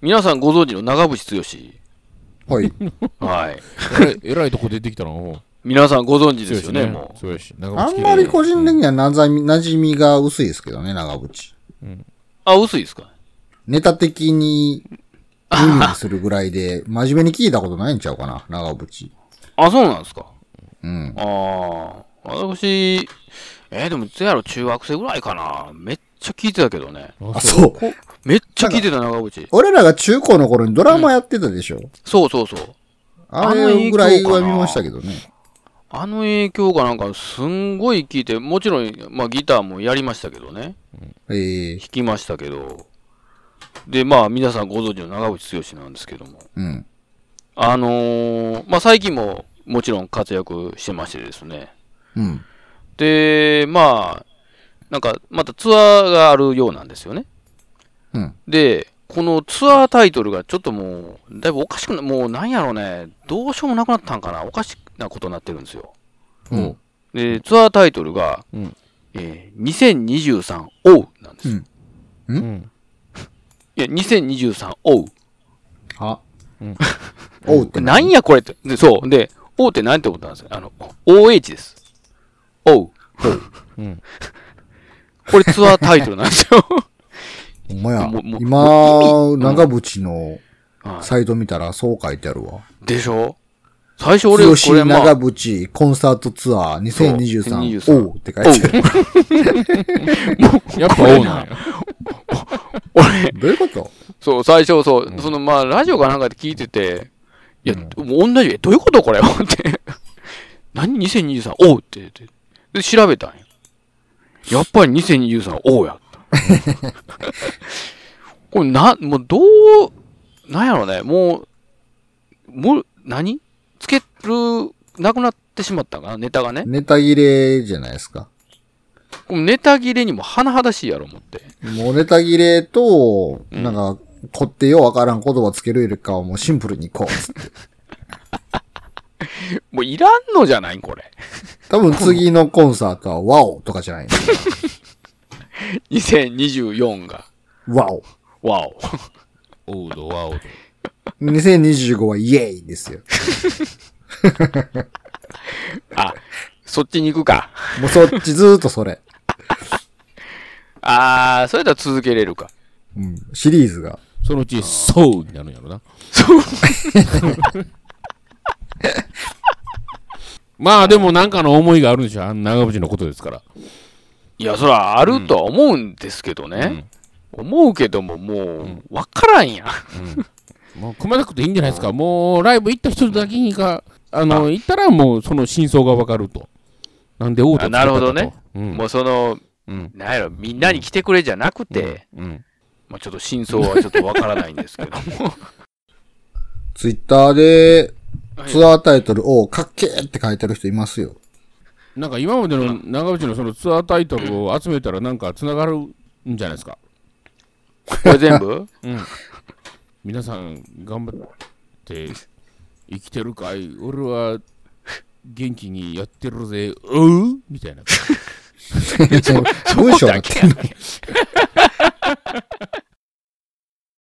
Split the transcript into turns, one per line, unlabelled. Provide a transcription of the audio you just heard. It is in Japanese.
皆さんご存知の長渕
はい。
剛。はい。
えらいえらいとこ出てきたの。
皆さんご存知ですよね、
強い
もう。
強いし。長
あ
渕
ん
綺麗
まり個人的にはなざみ馴染みが薄いですけどね、長渕。
あ、薄いですか
ネタ的に耳にするぐらいで、真面目に聞いたことないんちゃうかな、長渕。
あ、そうなんですか。
うん。
ああ、私、えーでも、いつやろ、中学生ぐらいかな。めっちゃ聞いてたけどね。
あ、そう。
めっちゃ聞いてた、長渕。
俺らが中高の頃にドラマやってたでしょ。
そうそうそう。
あれぐらいは見ましたけどね。
あの影響かなんか、すんごい聞いて、もちろん、まあ、ギターもやりましたけどね。
ええ
弾きましたけど。で、まあ、皆さんご存知の長渕剛なんですけども。
うん。
あのーまあ、最近も、もちろん活躍してましてですね。
うん。
で、まあ、なんか、またツアーがあるようなんですよね。
うん。
で、このツアータイトルがちょっともう、だいぶおかしくな、もうなんやろうね、どうしようもなくなったんかな、おかしなことになってるんですよ。
うん。
で、ツアータイトルが、
うん
えー2023オウなんです。
うん
うん。
いや、2023オウ。
は
うん。
おうって
なんやこれって。で、そう。で、オウって何ってことなんですよ。あの、OH です。オウ。
うん。
これツアータイトルなんですよ。
ほんまや
もも。
今、長渕の
は
サイト見たらそう書いてあるわ。
いでしょ最初俺、
俺、
こ
吉
れ、ま
長
あ、
渕コンサートツアー2023
2023
おうって書いてある。
やっぱ王なんや。
俺、
どういうこと
そう、最初、そう、その、まあ、ラジオかなんかで聞いてて、いや、もう同じ、えどういうことこれって。 何 ?2023、おうって言って。で、調べたんや。やっぱり2023、おうやった。 これ、な、もう、どう、なんやろね、もう、もう、何つける、なくなってしまったんかな、ネタがね。
ネタ切れじゃないですか。
このネタ切れにも甚だしいやろ、思って。
もうネタ切れと、なんか、こってようわからん言葉つけるよりかはもうシンプルにいこうっつって。
もう、いらんのじゃないこれ。
多分次のコンサートはワオとかじゃないの。
2024が、
ワオ。
わお。
王と和王と。
2025はイエイですよ。
あ、そっちに行くか。
もうそっちずーっとそれ。
あー、それだったら続けれるか。
うん。シリーズが。
そのうち、そうになるんやろな。
そう。
まあでもなんかの思いがあるんでしょ。あの長渕のことですから。
いや、そらあるとは思うんですけどね。思うけども、もう、わからんやん。
もう組まなくていいんじゃないですか。もうライブ行った人だけにか、あの、行ったらもうその真相がわかると。なんで王と
あなるほどね。
うん。
もうその、
うん。
なんやろ、みんなに来てくれじゃなくて、
うん。
まあちょっと真相はちょっとわからないんですけど も。
ツイッターで、ツアータイトルをかっけーって書いてる人います よ。
なんか今までの長渕のそのツアータイトルを集めたらなんか繋がるんじゃないですか。
これ全部
皆さん頑張って生きてるかい俺は元気にやってるぜううみたいな
文章になってんの